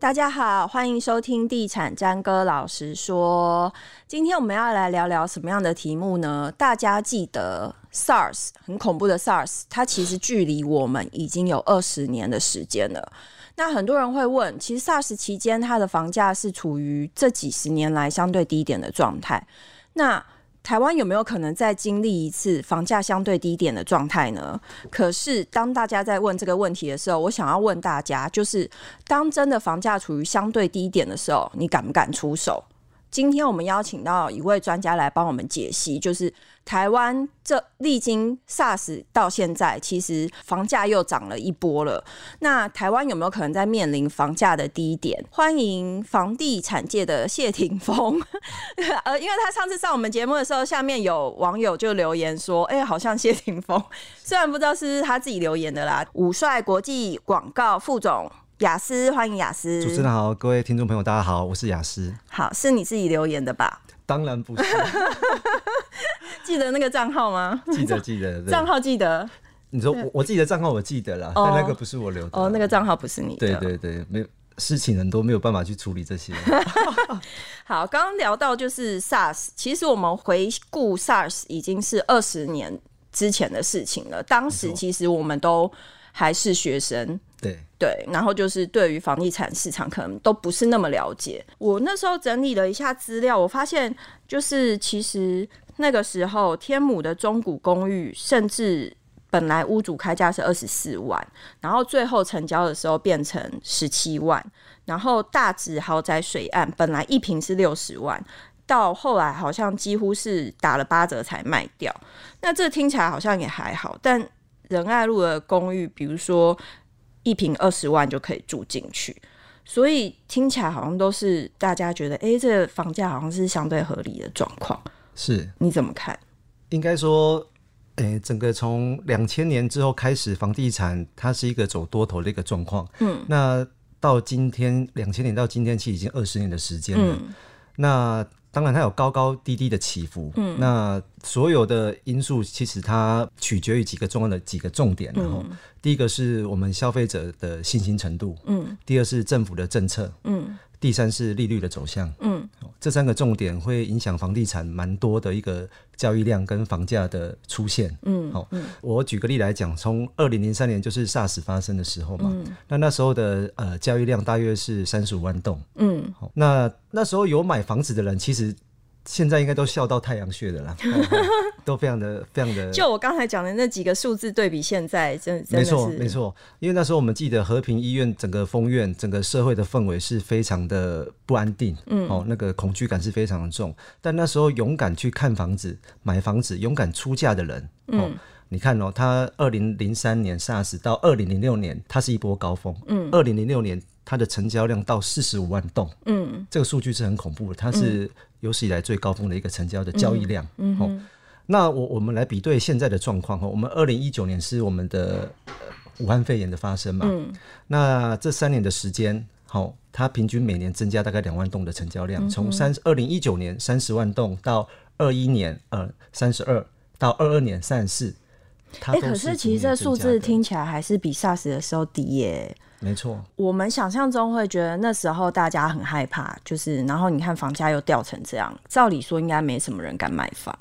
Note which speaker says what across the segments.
Speaker 1: 大家好，欢迎收听《地产詹哥老实说》。今天我们要来聊聊什么样的题目呢？大家记得 SARS 很恐怖的 SARS，它其实距离我们已经有二十年的时间了。那很多人会问，其实 SARS 期间它的房价是处于这几十年来相对低点的状态。那台湾有没有可能再经历一次房价相对低点的状态呢？可是当大家在问这个问题的时候，我想要问大家，就是当真的房价处于相对低点的时候，你敢不敢出手？今天我们邀请到一位专家来帮我们解析，就是台湾这历经 SARS 到现在，其实房价又涨了一波了。那台湾有没有可能在面临房价的低点？欢迎房地产界的谢霆锋， 呃，因为他上次上我们节目的时候，下面有网友就留言说，哎、好像谢霆锋， 虽然不知道是不是他自己留言的啦。五帅国际广告副总雅思，欢迎雅思，
Speaker 2: 主持人好，各位听众朋友，大家好，我是雅思。
Speaker 1: 好，是你自己留言的吧？
Speaker 2: 当 然不是，
Speaker 1: 记得那个账号吗？
Speaker 2: 记得记得。对
Speaker 1: 账号记得
Speaker 2: 你说我我自己的账号我记得啦，
Speaker 1: 哦
Speaker 2: 但那个不是我留的。
Speaker 1: 哦，那个账号不是你的。
Speaker 2: 对对对，没有事情人都没有办法去处理 这些。
Speaker 1: 好，刚刚聊到就是 SARS，其实我们回顾 SARS 已经是二十年之前的事情了。当时
Speaker 2: 没错
Speaker 1: 其实我们都还是学生，
Speaker 2: 对，
Speaker 1: 对，然后就是对于房地产市场可能都不是那么了解。我那时候整理了一下资料，我发现就是其实那个时候天母的中古公寓，甚至本来屋主开价是二十四万，然后最后成交的时候变成十七万，然后大直豪宅水岸本来一平是六十万。到后来好像几乎是打了八折才卖掉，那这听起来好像也还好，但仁爱路的公寓，比如说一瓶二十万就可以住进去，所以听起来好像都是大家觉得，诶，这个房价好像是相对合理的状况，
Speaker 2: 是
Speaker 1: 你怎么看？
Speaker 2: 应该说，诶、整个从两千年之后开始，房地产它是一个走多头的一个状况。嗯，那到今天两千年到今天，其实已经二十年的时间了。那当然，它有高高低低的起伏。嗯，那所有的因素其实它取决于几个重要的几个重点。然后，第一个是我们消费者的信心程度。嗯，第二是政府的政策。嗯，第三是利率的走向。嗯，这三个重点会影响房地产蛮多的一个交易量跟房价的出现。嗯，好、我举个例来讲，从二零零三年就是 SARS 发生的时候嘛，那那时候的呃交易量大约是三十五万栋。
Speaker 1: 嗯，
Speaker 2: 好那那时候有买房子的人，其实现在应该都笑到太阳穴的啦，哦都非常的非常的。
Speaker 1: 就我刚才讲的那几个数字对比现在，真真
Speaker 2: 没
Speaker 1: 的是
Speaker 2: 错，没错，因为那时候我们记得和平医院整个封院，整个社会的氛围是非常的不安定，嗯，哦，那个恐惧感是非常的重。但那时候勇敢去看房子、买房子、勇敢出价的人，哦、嗯，你看哦，他二零零三年 SARS 到二零零六年，它是一波高峰，嗯，二零零六年它的成交量到四十五万栋，嗯，这个数据是很恐怖的，它是有史以来最高峰的一个成交的交易量，嗯哦那我我们来比对现在的状况哈，我们二零一九年是我们的呃武汉肺炎的发生嘛，
Speaker 1: 嗯
Speaker 2: 那这三年的时间，好、它平均每年增加大概两万栋的成交
Speaker 1: 嗯
Speaker 2: 量，从三二零一九年三十万栋到二一年呃三十二到二二年三十四，它
Speaker 1: 诶
Speaker 2: 都
Speaker 1: 可
Speaker 2: 是
Speaker 1: 是其实
Speaker 2: 逐
Speaker 1: 这
Speaker 2: 年
Speaker 1: 数
Speaker 2: 增加
Speaker 1: 字
Speaker 2: 的
Speaker 1: 听起来还是比 SARS 的时候低耶、
Speaker 2: 没错，
Speaker 1: 我们想象中会觉得那时候大家很害怕，就是然后你看房价又掉成这样，照理说应该没什么人敢买房。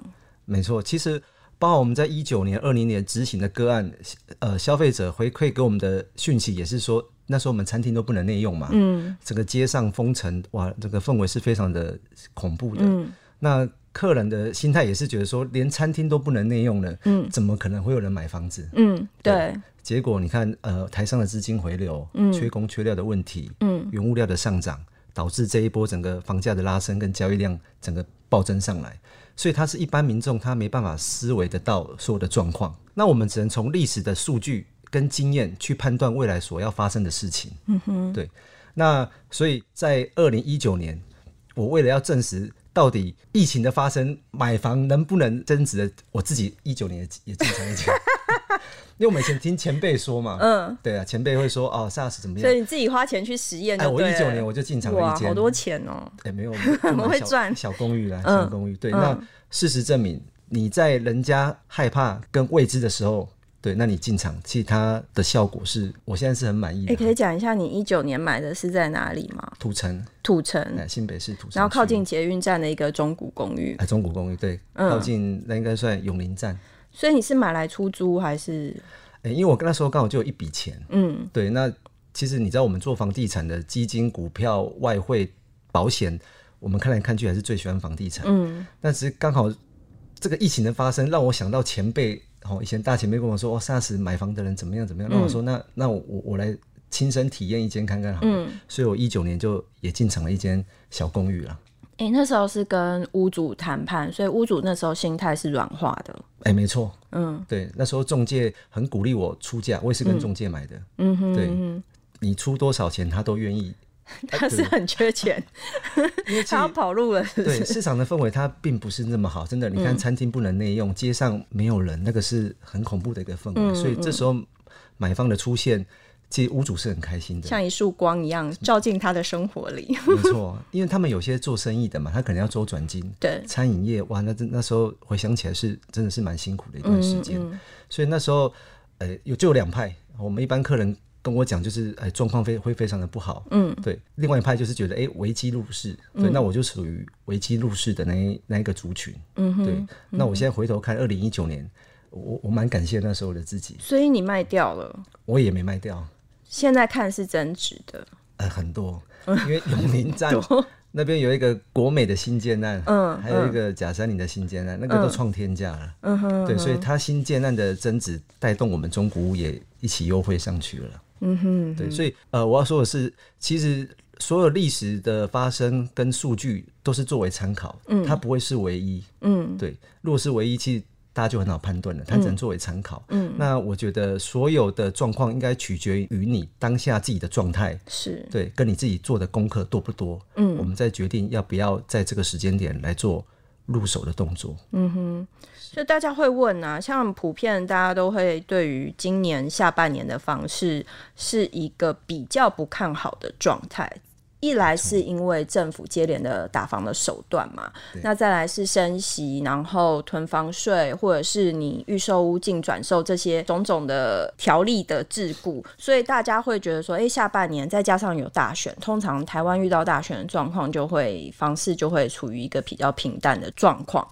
Speaker 2: 没错，其实包括我们在一九年、二零年执行的个案，呃，消费者回馈给我们的讯息也是说，那时候我们餐厅都不能内用嘛，嗯，整个街上封城，哇，这个氛围是非常的恐怖的。嗯，那客人的心态也是觉得说，连餐厅都不能内用了，嗯，怎么可能会有人买房子？
Speaker 1: 嗯，对，
Speaker 2: 结果你看，呃，台上的资金回流，缺工缺料的问题，嗯，原物料的上涨，导致这一波整个房价的拉升跟交易量整个暴增上来，所以它是一般民众他没办法思维得到所有的状况。那我们只能从历史的数据跟经验去判断未来所要发生的事情。嗯哼，对。那所以在二零一九年，我为了要证实。到底疫情的发生，买房能不能增值的？我自己一九年也也进场 一间，因为我们以前听前辈说嘛，嗯，对啊，前辈会说哦，SARS 怎么
Speaker 1: 所
Speaker 2: 样？
Speaker 1: 以你自己花钱去实验
Speaker 2: 哎，
Speaker 1: 就
Speaker 2: 我
Speaker 1: 对
Speaker 2: 一
Speaker 1: 了。
Speaker 2: 九年我就进场了
Speaker 1: 哇，
Speaker 2: 一间，
Speaker 1: 好多钱哦、
Speaker 2: 哎，没有，我
Speaker 1: 们会嗯
Speaker 2: 小
Speaker 1: 赚
Speaker 2: 小公寓啦，啊小公寓。对，那事实证明，你在人家害怕跟未知的时候，对，那你进场，其实它的效果是我现在是很满意
Speaker 1: 也、
Speaker 2: 的。
Speaker 1: 哎可以讲一下你一九年买的是在哪里吗？
Speaker 2: 土城，
Speaker 1: 土城，
Speaker 2: 哎，新北市土城，
Speaker 1: 然后靠近，嗯捷运站的一个中古公寓。
Speaker 2: 哎，中古公寓，对，靠近那应该算永林站。
Speaker 1: 所以你是买来出租还是？
Speaker 2: 哎，因为我那时候刚好就有一笔钱，嗯，对，那其实你知道我们做房地产的基金、股票、外汇、保险，我们看来看去还是最喜欢房地产，嗯，但是刚好这个疫情的发生，让我想到前辈，哦，以前大前辈跟我说，哦，SARS 买房的人怎么样怎么样，让我说，那那我我我来亲身体验一间看看好了，所以我一九年就也进场了一间小公寓了。
Speaker 1: 诶、哎那时候是跟屋主谈判，所以屋主那时候心态是软化的。
Speaker 2: 哎，没错，嗯，对，那时候中介很鼓励我出价，我也是跟中介买的，嗯哼，对，你出多少钱他都愿意，
Speaker 1: 他是很缺钱， 他要跑路了， 是不
Speaker 2: 对，
Speaker 1: 是？
Speaker 2: 市场的氛围它并不是那么好，真的，你看餐厅不能内用，街上没有人，那个是很恐怖的一个氛围，所以这时候买方的出现，其实屋主是很开心的，
Speaker 1: 像一束光一样照进他的生活里。
Speaker 2: 没错，因为他们有些做生意的嘛，他可能要周转金，
Speaker 1: 对，
Speaker 2: 餐饮业哇，那真那时候回想起来是真的是蛮辛苦的一段时间，所以那时候呃有就有两派，我们一般客人跟我讲就是哎状况非会非常的不好，嗯，对，另外一派就是觉得哎危机入市，对，那我就属于危机入市的那一那一个族群，嗯对，那我现在回头看二零一九年，我我蛮感谢那时候的自己，
Speaker 1: 所以你卖掉了，
Speaker 2: 我也没卖掉，
Speaker 1: 现在看是增值的。
Speaker 2: 呃，很多，因为永宁 站那边有一个国美的新建案，嗯，还有一个假山林的新建案，那个都创天价了，嗯哼，对，所以它新建案的增值带动我们中古屋也一起优惠上去了，嗯哼对，所以呃，我要说的是，其实所有历史的发生跟数据都是作为参考，嗯，它不会是唯一，嗯，对，如果是唯一，其实。大家就很好判断了，它只能作为参考。嗯，那我觉得所有的状况应该取决于你当下自己的状态，
Speaker 1: 是，
Speaker 2: 对，跟你自己做的功课多不多，嗯，我们再决定要不要在这个时间点来做入手的动作。
Speaker 1: 所以大家会问啊，像普遍大家都会对于今年下半年的房市是一个比较不看好的状态。一来是因为政府接连的打房的手段嘛，那再来是升息，然后囤房税，或者是你预售屋净转售这些种种的条例的桎梏，所以大家会觉得说，哎、下半年再加上有大选，通常台湾遇到大选的状况，就会房市就会处于一个比较平淡的状况。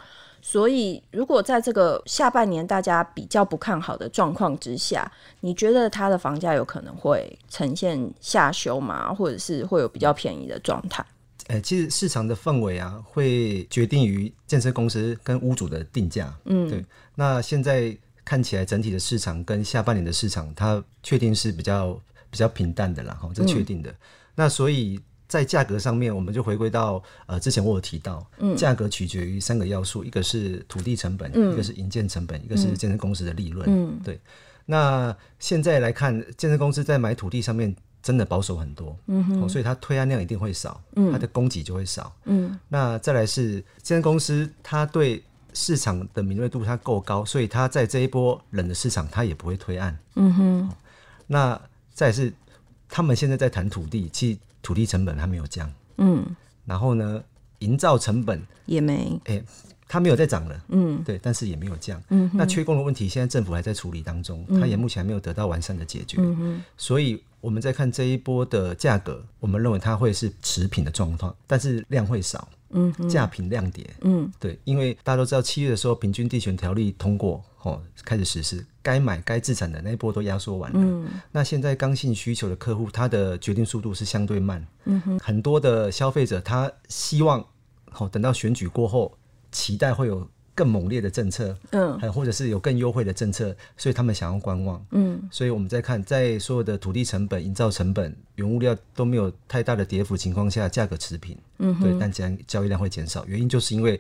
Speaker 1: 所以，如果在这个下半年大家比较不看好的状况之下，你觉得它的房价有可能会呈现下修吗？或者是会有比较便宜的状态？
Speaker 2: 呃，其实市场的氛围啊，会决定于建设公司跟屋主的定价。嗯，对。那现在看起来整体的市场跟下半年的市场，它确定是比较比较平淡的啦，哈，这确定的。那所以在价格上面，我们就回归到呃，之前我有提到，价格取决于三个要素，一个是土地成本，一个是营建成本，一个是建设公司的利润。嗯，对。那现在来看，建设公司在买土地上面真的保守很多，嗯哼、所以它推案量一定会少，嗯，它的供给就会少，嗯。那再来是建设公司，它对市场的敏锐度它够高，所以它在这一波冷的市场，它也不会推案，嗯哼。那再来是他们现在在谈土地，其实土地成本它没有降，
Speaker 1: 嗯，
Speaker 2: 然后呢，营造成本
Speaker 1: 也没。
Speaker 2: 哎、它没有再涨了，嗯，对，但是也没有降，嗯，那缺工的问题现在政府还在处理当中，它也目前还没有得到完善的解决，嗯所以我们在看这一波的价格，我们认为它会是持平的状况，但是量会少，嗯，价平量跌，嗯，对，因为大家都知道七月的时候平均地权条例通过，哦，开始实施，该买该自产的那一波都压缩完了，嗯，那现在刚性需求的客户，他的决定速度是相对慢，嗯哼，很多的消费者他希望。好、等到选举过后，期待会有更猛烈的政策，嗯，还有或者是有更优惠的政策，所以他们想要观望，嗯，所以我们在看，在所有的土地成本、营造成本、原物料都没有太大的跌幅情况下，价格持平，嗯，对，但交交易量会减少，原因就是因为。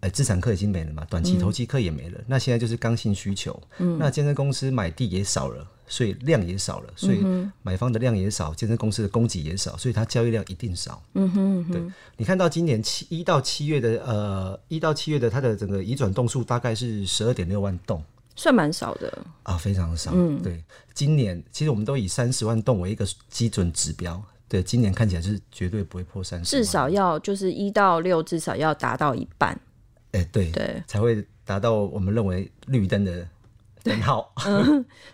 Speaker 2: 呃，资产客已经没了嘛，短期
Speaker 1: 嗯
Speaker 2: 投机客也没了，那现在就是刚性需求，嗯，那健身公司买地也少了，所以量也少了，所以
Speaker 1: 嗯
Speaker 2: 买方的量也少，健身公司的供给也少，所以它交易量一定少，
Speaker 1: 嗯
Speaker 2: 对，你看到今年七一到七月的呃一到七月的它的整个移转栋数大概是十二点六万栋
Speaker 1: 算蛮少的，
Speaker 2: 啊，非常少。
Speaker 1: 嗯
Speaker 2: 对，今年其实我们都以三十万栋为一个基准指标，对，今年看起来是绝对不会破三十，
Speaker 1: 至少要就是一到六，至少要达到一半。
Speaker 2: 哎、对
Speaker 1: 对
Speaker 2: 才会达到我们认为绿灯的很好。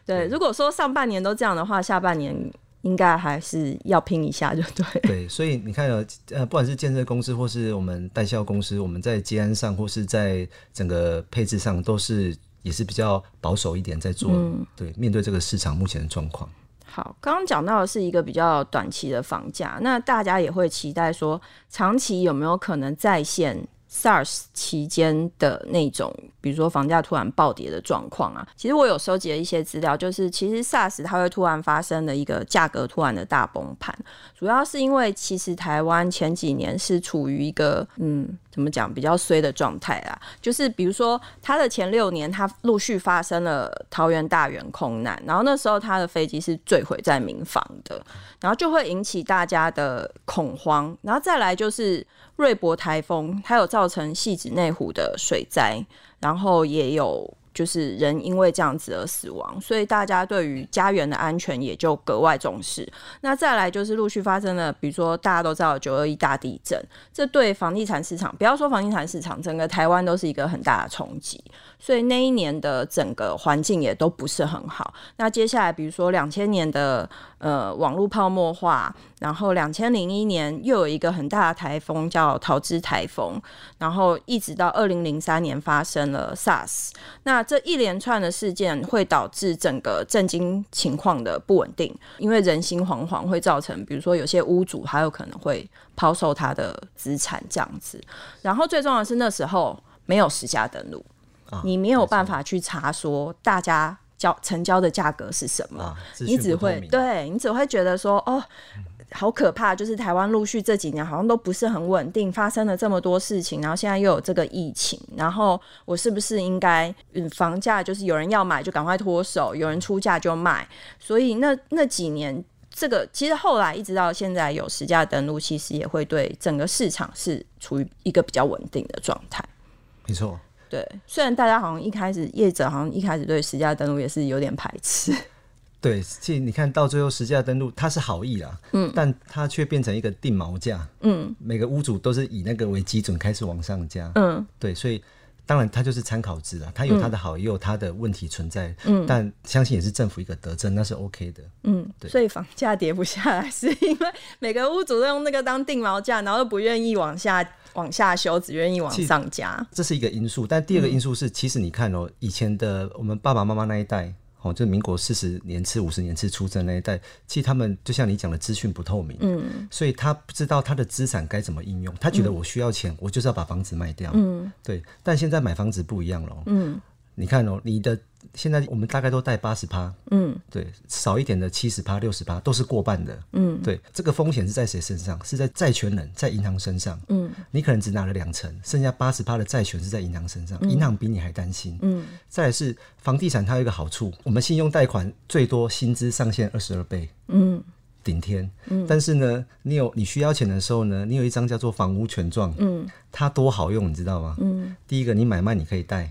Speaker 1: 对，如果说上半年都这样的话，下半年应该还是要拼一下，就对。
Speaker 2: 对，所以你看呃，呃，不管是建设公司或是我们代销公司，我们在接案上或是在整个配置上，都是也是比较保守一点在做。
Speaker 1: 嗯
Speaker 2: 对，面对这个市场目前的状况，
Speaker 1: 好，刚刚讲到的是一个比较短期的房价，那大家也会期待说，长期有没有可能再现 SARS 期间的那种，比如说房价突然暴跌的状况啊？其实我有收集了一些资料，就是其实 SARS 它会突然发生的一个价格突然的大崩盘，主要是因为其实台湾前几年是处于一个嗯，怎么讲比较衰的状态啦，就是比如说它的前六年，它陆续发生了桃园大园空难，然后那时候它的飞机是坠毁在民房的，然后就会引起大家的恐慌，然后再来就是瑞博台风，它有造成戏子内湖的水灾，然后也有。就是人因为这样子而死亡，所以大家对于家园的安全也就格外重视。那再来就是陆续发生了，比如说大家都知道九二一大地震，这对房地产市场，不要说房地产市场，整个台湾都是一个很大的冲击。所以那一年的整个环境也都不是很好。那接下来，比如说两千年的呃网络泡沫化，然后两千零一年又有一个很大的台风叫桃枝台风，然后一直到二零零三年发生了 SARS。那这一连串的事件会导致整个震惊情况的不稳定，因为人心惶惶，会造成比如说有些屋主还有可能会抛售他的资产这样子。然后最重要的是那时候没有实价登录，
Speaker 2: 啊
Speaker 1: 你没有办法去查说大家交成交的价格是什么，
Speaker 2: 啊，资
Speaker 1: 你
Speaker 2: 讯
Speaker 1: 只
Speaker 2: 不透
Speaker 1: 会
Speaker 2: 明嗯
Speaker 1: 对你只会觉得说哦。好可怕！就是台湾陆续这几年好像都不是很稳定，发生了这么多事情，然后现在又有这个疫情，然后我是不是应该嗯，房价就是有人要买就赶快脱手，有人出价就卖，所以那那几年这个其实后来一直到现在有实价登录，其实也会对整个市场是处于一个比较稳定的状态。
Speaker 2: 没错。
Speaker 1: 对，虽然大家好像一开始业者好像一开始对实价登录也是有点排斥，
Speaker 2: 对，其实你看到最后实价登录，它是好意啦，嗯，但它却变成一个定锚价，嗯，每个屋主都是以那个为基准开始往上加，
Speaker 1: 嗯，
Speaker 2: 对，所以当然它就是参考值啦，它有它的好，也有它的问题存在，嗯，但相信也是政府一个德政，那是 OK 的，
Speaker 1: 嗯，所以房价跌不下来， 是因为每个屋主都用那个当定锚价，然后都不愿意往下往下修，只愿意往上加。
Speaker 2: 这是一个因素。但第二个因素是，其实你看哦，以前的我们爸爸妈妈那一代。哦，就是民国四十年次、五十年次出生那一代，其实他们就像你讲的，资讯不透明，嗯，所以他不知道他的资产该怎么应用，他觉得我需要钱，我就是要把房子卖掉，嗯，对。但现在买房子不一样了，嗯，你看哦，你的现在我们大概都贷八十趴，嗯，对，少一点的七十趴、六十趴都是过半的，嗯，对。这个风险是在谁身上？是在债权人，在银行身上，嗯，你可能只拿了两成，剩下八十趴的债权是在银行身上，银行比你还担心，嗯。再来是房地产，它有一个好处，我们信用贷款最多薪资上限二十二倍，嗯。顶天，但是呢，你有你需要钱的时候呢，你有一张叫做房屋权状，嗯，它多好用，你知道吗？嗯，第一个你买卖你可以贷，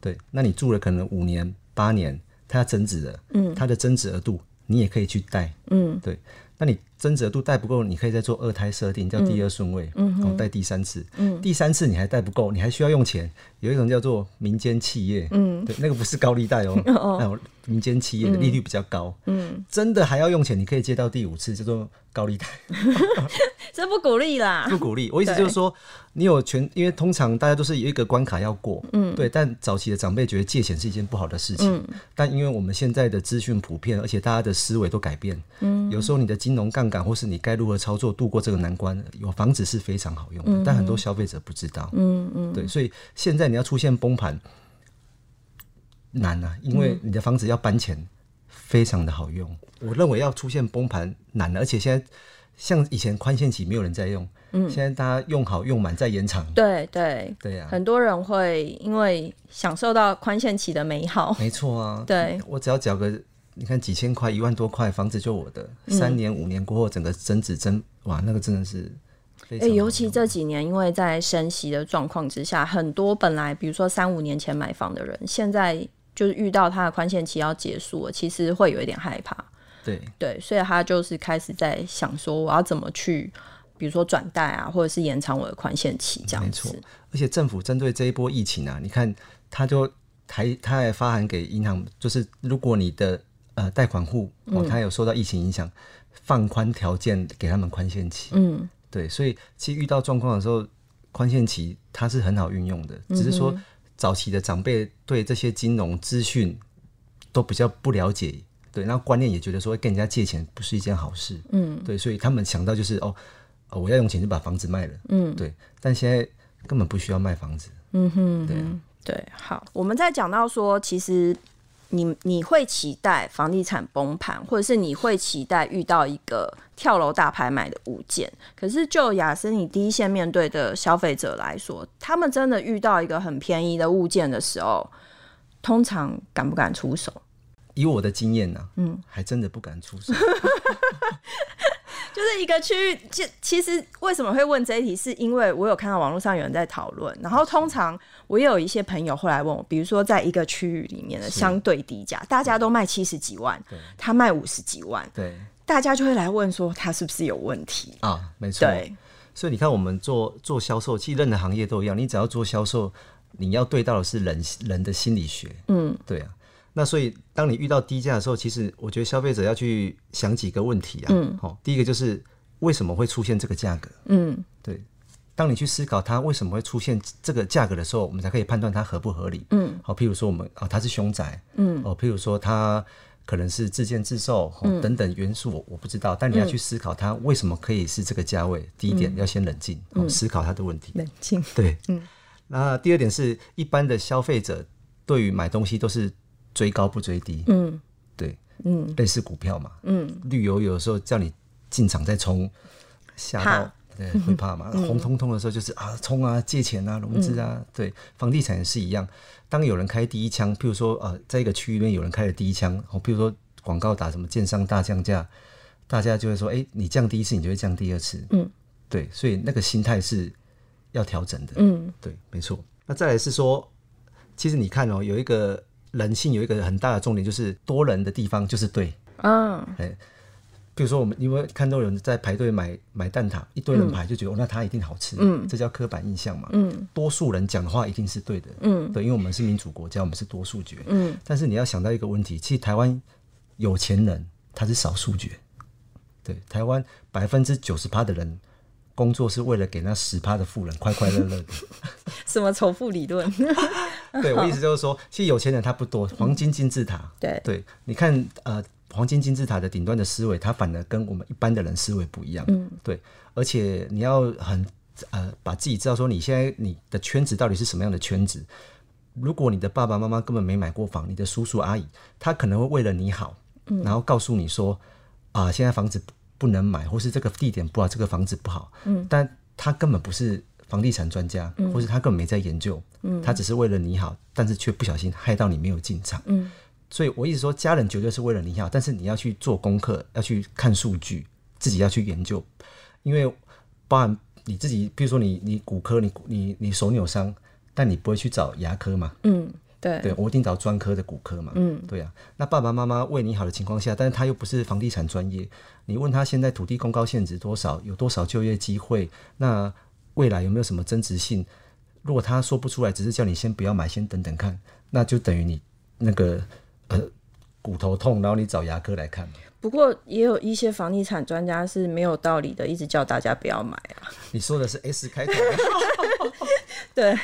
Speaker 2: 对，那你住了可能五年、八年，它要增值的，嗯，它的增值额度你也可以去贷，嗯，对，那你增值额度贷不够，你可以再做二胎设定，叫第二顺位，嗯，然后贷第三次，嗯，第三次你还贷不够，你还需要用钱，有一种叫做民间企业，嗯，对，那个不是高利贷哦，那种民间企业的利率比较高，嗯，真的还要用钱，你可以借到第五次，叫做高利贷。
Speaker 1: 这不鼓励啦。
Speaker 2: 不鼓励。我意思就是说，你有权，因为通常大家都是有一个关卡要过，嗯，对。但早期的长辈觉得借钱是一件不好的事情，但因为我们现在的资讯普遍，而且大家的思维都改变，嗯，有时候你的金融杠杆或是你该如何操作度过这个难关，有房子是非常好用的，但很多消费者不知道，嗯嗯，对。所以现在你要出现崩盘难啊，因为你的房子要搬迁。非常的好用，我认为要出现崩盘难了，而且现在像以前宽限期没有人在用，嗯，现在大家用好用满再延长，
Speaker 1: 对对，
Speaker 2: 对呀、
Speaker 1: 很多人会因为享受到宽限期的美好，
Speaker 2: 没错啊，
Speaker 1: 对，
Speaker 2: 我只要缴个你看几千块一万多块，房子就我的，三
Speaker 1: 嗯
Speaker 2: 年五年过后整个增值增哇，那个真的是非
Speaker 1: 哎、
Speaker 2: 常好用，
Speaker 1: 尤其这几年，因为在升息的状况之下，很多本来比如说三五年前买房的人，现在就是遇到他的宽限期要结束了，其实会有一点害怕。
Speaker 2: 对
Speaker 1: 对，所以他就是开始在想说，我要怎么去，比如说转贷啊，或者是延长我的宽限期这样
Speaker 2: 没
Speaker 1: 子
Speaker 2: 错。而且政府针对这一波疫情啊，你看他就还他还发函给银行，就是如果你的呃贷款户
Speaker 1: 嗯
Speaker 2: 哦，他有受到疫情影响，放宽条件给他们宽限期。
Speaker 1: 嗯，
Speaker 2: 对，所以其实遇到状况的时候，宽限期它是很好运用的，
Speaker 1: 嗯
Speaker 2: 只是说早期的长辈对这些金融资讯都比较不了解，对，然后观念也觉得说哎跟人家借钱不是一件好事，嗯，对，所以他们想到就是哦，呃我要用钱就把房子卖了，嗯，对，但现在根本不需要卖房子，嗯哼，对啊，
Speaker 1: 对，好，我们在讲到说，其实你你会期待房地产崩盘，或者是你会期待遇到一个跳楼大拍卖的物件。可是就雅思你第一线面对的消费者来说，他们真的遇到一个很便宜的物件的时候，通常敢不敢出手？
Speaker 2: 以我的经验呢、嗯，还真的不敢出 手，
Speaker 1: 就是一个区域，其其实为什么会问这一题，是因为我有看到网络上有人在讨论，然后通常我也有一些朋友会来问我，比如说在一个区域里面的相对低价，大家都卖七十几万，他卖五十几万，
Speaker 2: 对
Speaker 1: 大家就会来问说他是不是有问题？
Speaker 2: 啊，没错，
Speaker 1: 对，
Speaker 2: 所以你看，我们做做销售，其实任何行业都一样，你只要做销售，你要对到的是人人的心理学，嗯，对啊。那所以，当你遇到低价的时候，其实我觉得消费者要去想几个问题啊，嗯，好，第一个就是为什么会出现这个价格？
Speaker 1: 嗯，
Speaker 2: 对，当你去思考它为什么会出现这个价格的时候，我们才可以判断它合不合理。嗯，好，譬如说我们啊、它是凶宅，嗯，哦，譬如说它可能是自建自售、哦等等元素，我我不知道，但你要去思考它为什么可以是这个价位。第一点要先冷静、哦，思考它的问题。
Speaker 1: 冷静，
Speaker 2: 对，嗯。那第二点是一般的消费者对于买东西都是追高不追低，
Speaker 1: 嗯，
Speaker 2: 对，嗯，类似股票嘛，嗯，绿油有时候叫你进场再冲，吓到
Speaker 1: 怕
Speaker 2: 对会怕 嗯嘛，红彤彤的时候就是啊冲啊借钱啊融资啊，对，房地产也是一样，当有人开第一枪，譬如说呃在一个区域里面有人开了第一枪，哦，譬如说广告打什么建商大降价，大家就会说，哎、你降第一次，你就会降第二次，嗯，对，所以那个心态是要调整的，
Speaker 1: 嗯，
Speaker 2: 对，没错。那再来是说，其实你看哦，有一个人性有一个很大的重点，就是多人的地方就是对。
Speaker 1: 嗯，
Speaker 2: 比如说，我们因为看到有人在排队买买蛋挞，一堆人排就觉得、哦，那它一定好吃，嗯，这叫刻板印象嘛，嗯，多数人讲的话一定是对的，嗯，对，因为我们是民主国家，我们是多数决，嗯，但是你要想到一个问题，其实台湾有钱人他是少数决，对，台湾百分之九十趴的人工作是为了给那十趴的富人快快乐乐的，
Speaker 1: 什么仇富理论？
Speaker 2: 对我意思就是说，其实有钱人他不多，黄金金字塔，
Speaker 1: 对
Speaker 2: 对，你看呃，黄金金字塔的顶端的思维，它反而跟我们一般的人思维不一样，嗯，对，而且你要很呃，把自己知道说你现在你的圈子到底是什么样的圈子。如果你的爸爸妈妈根本没买过房，你的叔叔阿姨他可能会为了你好，然后告诉你说啊、现在房子不不能买，或是这个地点不好，这个房子不好，嗯，但他根本不是房地产专家，或是他根本没在研究，嗯，他只是为了你好，但是却不小心害到你没有进场，嗯，所以我一直说家人绝对是为了你好，但是你要去做功课，要去看数据，自己要去研究，因为包含你自己，比如说你你骨科，你你你手扭伤，但你不会去找牙科嘛，
Speaker 1: 嗯，对，
Speaker 2: 对，我一定找专科的骨科嘛。嗯，对啊。那爸爸妈妈为你好的情况下，但是他又不是房地产专业，你问他现在土地公告限值多少，有多少就业机会，那未来有没有什么增值性？如果他说不出来，只是叫你先不要买，先等等看，那就等于你那个呃骨头痛，然后你找牙科来看嘛。
Speaker 1: 不过也有一些房地产专家是没有道理的，一直叫大家不要买啊。
Speaker 2: 你说的是 S 开头吗。
Speaker 1: 对，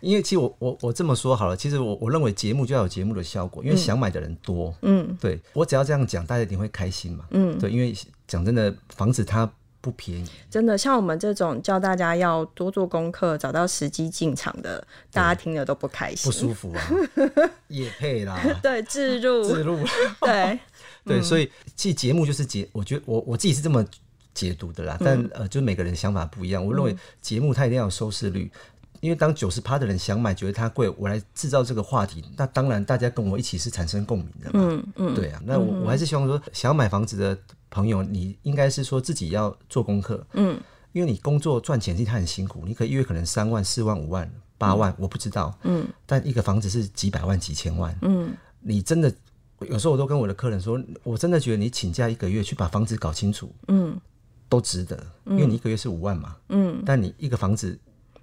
Speaker 2: 因为其实我我我这么说好了，其实我我认为节目就要有节目的效果，因为想买的人多，嗯，对我只要这样讲，大家一定会开心嘛，嗯，对，因为讲真的，房子它不便宜，
Speaker 1: 真的像我们这种叫大家要多做功课，找到时机进场的，大家听了都不开心，
Speaker 2: 不舒服 啊，也配啦，
Speaker 1: 对，置入，
Speaker 2: 自入，
Speaker 1: 对，
Speaker 2: 对，所以其实节目就是解，我觉得我我自己是这么解读的啦，但呃，就是每个人想法不一样，我认为节目它一定要有收视率。因为当九十趴的人想买，觉得它贵，我来制造这个话题，那当然大家跟我一起是产生共鸣的嘛。
Speaker 1: 嗯嗯，
Speaker 2: 对啊，那我、我还是希望说，想要买房子的朋友，你应该是说自己要做功课，嗯，因为你工作赚钱其实它很辛苦，你可一月可能三万、四万、五万、八万，我不知道，嗯，但一个房子是几百万、几千万，嗯，你真的有时候我都跟我的客人说，我真的觉得你请假一个月去把房子搞清楚，嗯，都值得，因为你一个月是五万嘛，嗯，但你一个房子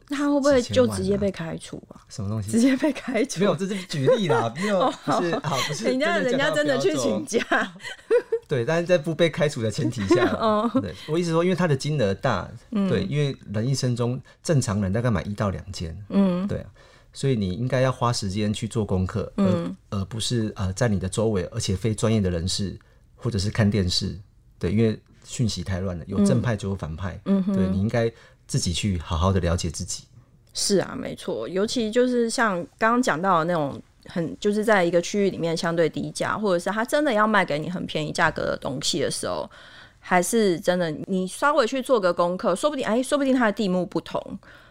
Speaker 1: 那他会不会
Speaker 2: 几千
Speaker 1: 就
Speaker 2: 万
Speaker 1: 直接
Speaker 2: 啊
Speaker 1: 被开除啊？
Speaker 2: 什么东
Speaker 1: 直
Speaker 2: 西？
Speaker 1: 接被开除？
Speaker 2: 没有，这是举例啦，没有，不是好，不是
Speaker 1: 哦 人家人家真的去请
Speaker 2: 请
Speaker 1: 假，
Speaker 2: 对，但是在不被开除的前提下，
Speaker 1: 哦
Speaker 2: 对，我意思说，因为它的金额大，
Speaker 1: 嗯
Speaker 2: 对，因为人一生中正常人大概买一到两间，嗯，对啊，所以你应该要花时间去做功课，嗯，而不是呃在你的周围，而且非专业的人士或者是看电视，对，因为讯息太乱了，有正派就有反派，嗯，对你应该自己去好好的了解自己，
Speaker 1: 是啊，没错，尤其就是像刚刚讲到的那种很，就是在一个区域里面相对低价，或者是他真的要卖给你很便宜价格的东西的时候，还是真的你稍微去做个功课，说不定哎，说不定它的地目不同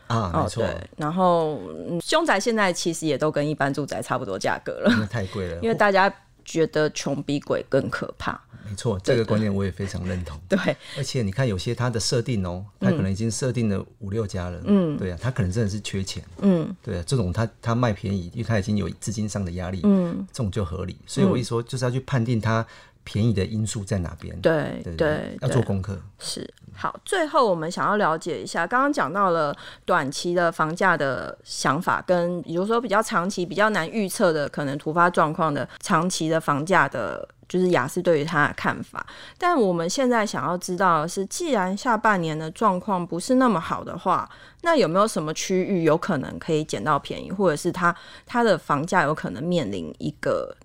Speaker 2: 啊，没
Speaker 1: 哦，
Speaker 2: 错
Speaker 1: 对，，然后、嗯、凶宅现在其实也都跟一般住宅差不多价格了，
Speaker 2: 因为太贵了，
Speaker 1: 因为大家觉得穷比鬼更可怕，
Speaker 2: 没错，这个观念我也非常认同。
Speaker 1: 对，
Speaker 2: 而且你看，有些它的设定哦，它可能已经设定了五六家了，嗯，对啊，它可能真的是缺钱，嗯，对啊，这种它它卖便宜，因为它已经有资金上的压力，嗯，这种就合理。所以我一说，就是要去判定它便宜的因素在哪边，
Speaker 1: 对
Speaker 2: 对
Speaker 1: 对
Speaker 2: 要
Speaker 1: 对
Speaker 2: 做功课，
Speaker 1: 是好，最后我们想要了解一下，刚刚讲到了短期的房价的想法，跟比如说比较长期、比较难预测的可能突发状况的长期的房价的，就是雅思对于它的看法。但我们现在想要知道的是，既然下半年的状况不是那么好的话，那有没有什么区域有可能可以捡到便宜，或者是它它的房价有可能面临一个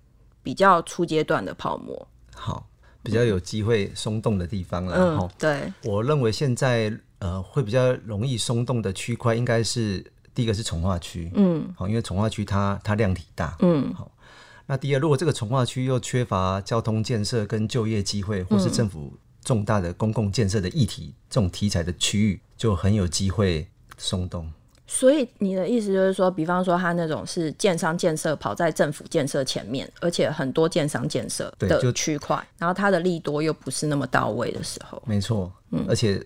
Speaker 1: 比较初阶段的泡沫？
Speaker 2: 好，比较有机会松动的地方啦。
Speaker 1: 嗯
Speaker 2: 吼，
Speaker 1: 对，
Speaker 2: 我认为现在呃会比较容易松动的区块，应该是第一个是从化区，嗯，好，因为从化区它它量体大，嗯，好。那第二，如果这个从化区又缺乏交通建设跟就业机会，或是政府重大的公共建设的议题，这种题材的区域就很有机会松动。
Speaker 1: 所以你的意思就是说，比方说他那种是建商建设跑在政府建设前面，而且很多建商建设
Speaker 2: 对就
Speaker 1: 的区块，然后它的利多又不是那么到位的时候，
Speaker 2: 没错，而且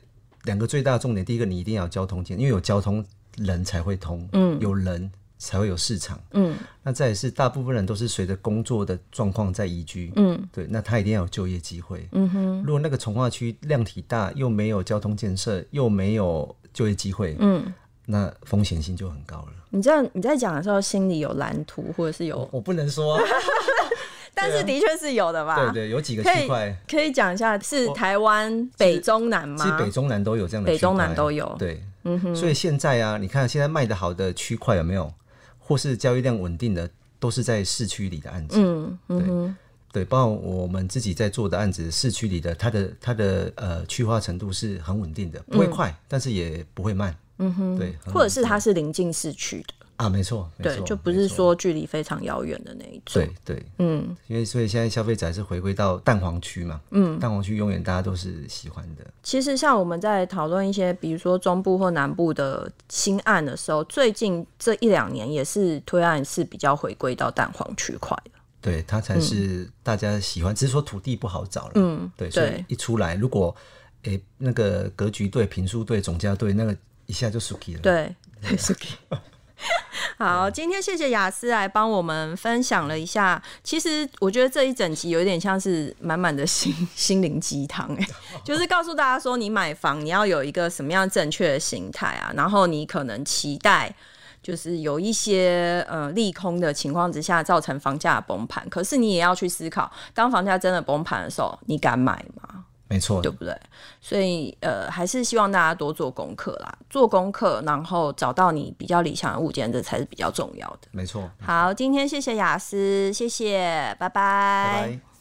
Speaker 2: 两个最大的重点，第一个你一定要有交通建，因为有交通人才会通，嗯，有人才会有市场，嗯，那再也是大部分人都是随着工作的状况在移居，嗯，对，那他一定要有就业机会，嗯哼，如果那个从化区量体大，又没有交通建设，又没有就业机会，嗯，那风险性就很高了。
Speaker 1: 你这样你在讲的时候，心里有蓝图或者是有，
Speaker 2: 我不能 说啊，
Speaker 1: 但是的确是有的吧？
Speaker 2: 啊对对，有几个
Speaker 1: 可
Speaker 2: 区
Speaker 1: 以
Speaker 2: 块，
Speaker 1: 可以讲一下是台湾北中南
Speaker 2: 其实
Speaker 1: 吗？
Speaker 2: 北中南都有这样的
Speaker 1: 北
Speaker 2: 区块，啊
Speaker 1: 中南都有嗯
Speaker 2: 对，所以现在啊，你看现在卖的好的区块有没有，或是交易量稳定的，都是在市区里的案子。嗯嗯对，包括我们自己在做的案子，市区里的它的它的呃区化程度是很稳定的，不
Speaker 1: 嗯
Speaker 2: 会快，但是也不会慢。嗯哼，对，很
Speaker 1: 或者是它是临近市区的，
Speaker 2: 啊，没错，没
Speaker 1: 对，
Speaker 2: 错
Speaker 1: 就不
Speaker 2: 没
Speaker 1: 是
Speaker 2: 错
Speaker 1: 说距离非常遥远的那一种
Speaker 2: 对。对，嗯，因为所以现在消费者还是回归到蛋黄区嘛，嗯，蛋黄区永远大家都是喜欢的，
Speaker 1: 其实像我们在讨论一些，比如说中部或南部的新案的时候，最近这一两年也是推案是比较回归到蛋黄区块的。
Speaker 2: 对，它
Speaker 1: 嗯
Speaker 2: 才是大家喜欢，只是说土地不好找了。嗯，对，所以
Speaker 1: 对
Speaker 2: 一出来，如果诶、那个格局队、评数队、总价队那个一下就 suki 了。，
Speaker 1: 对，对，Suki。好，今天谢谢雅思来帮我们分享了一下。其实我觉得这一整集有一点像是满满的心 心灵鸡汤，哎，就是告诉大家说，你买房你要有一个什么样正确的心态啊，然后你可能期待就是有一些呃利空的情况之下造成房价的崩盘，可是你也要去思考，当房价真的崩盘的时候，你敢买吗？
Speaker 2: 没错
Speaker 1: 对，不对？所以呃，还是希望大家多做功课啦，做功课，然后找到你比较理想的物件，这才是比较重要的。
Speaker 2: 没错。
Speaker 1: 好，今天谢谢雅思，谢谢，拜拜
Speaker 2: 拜拜。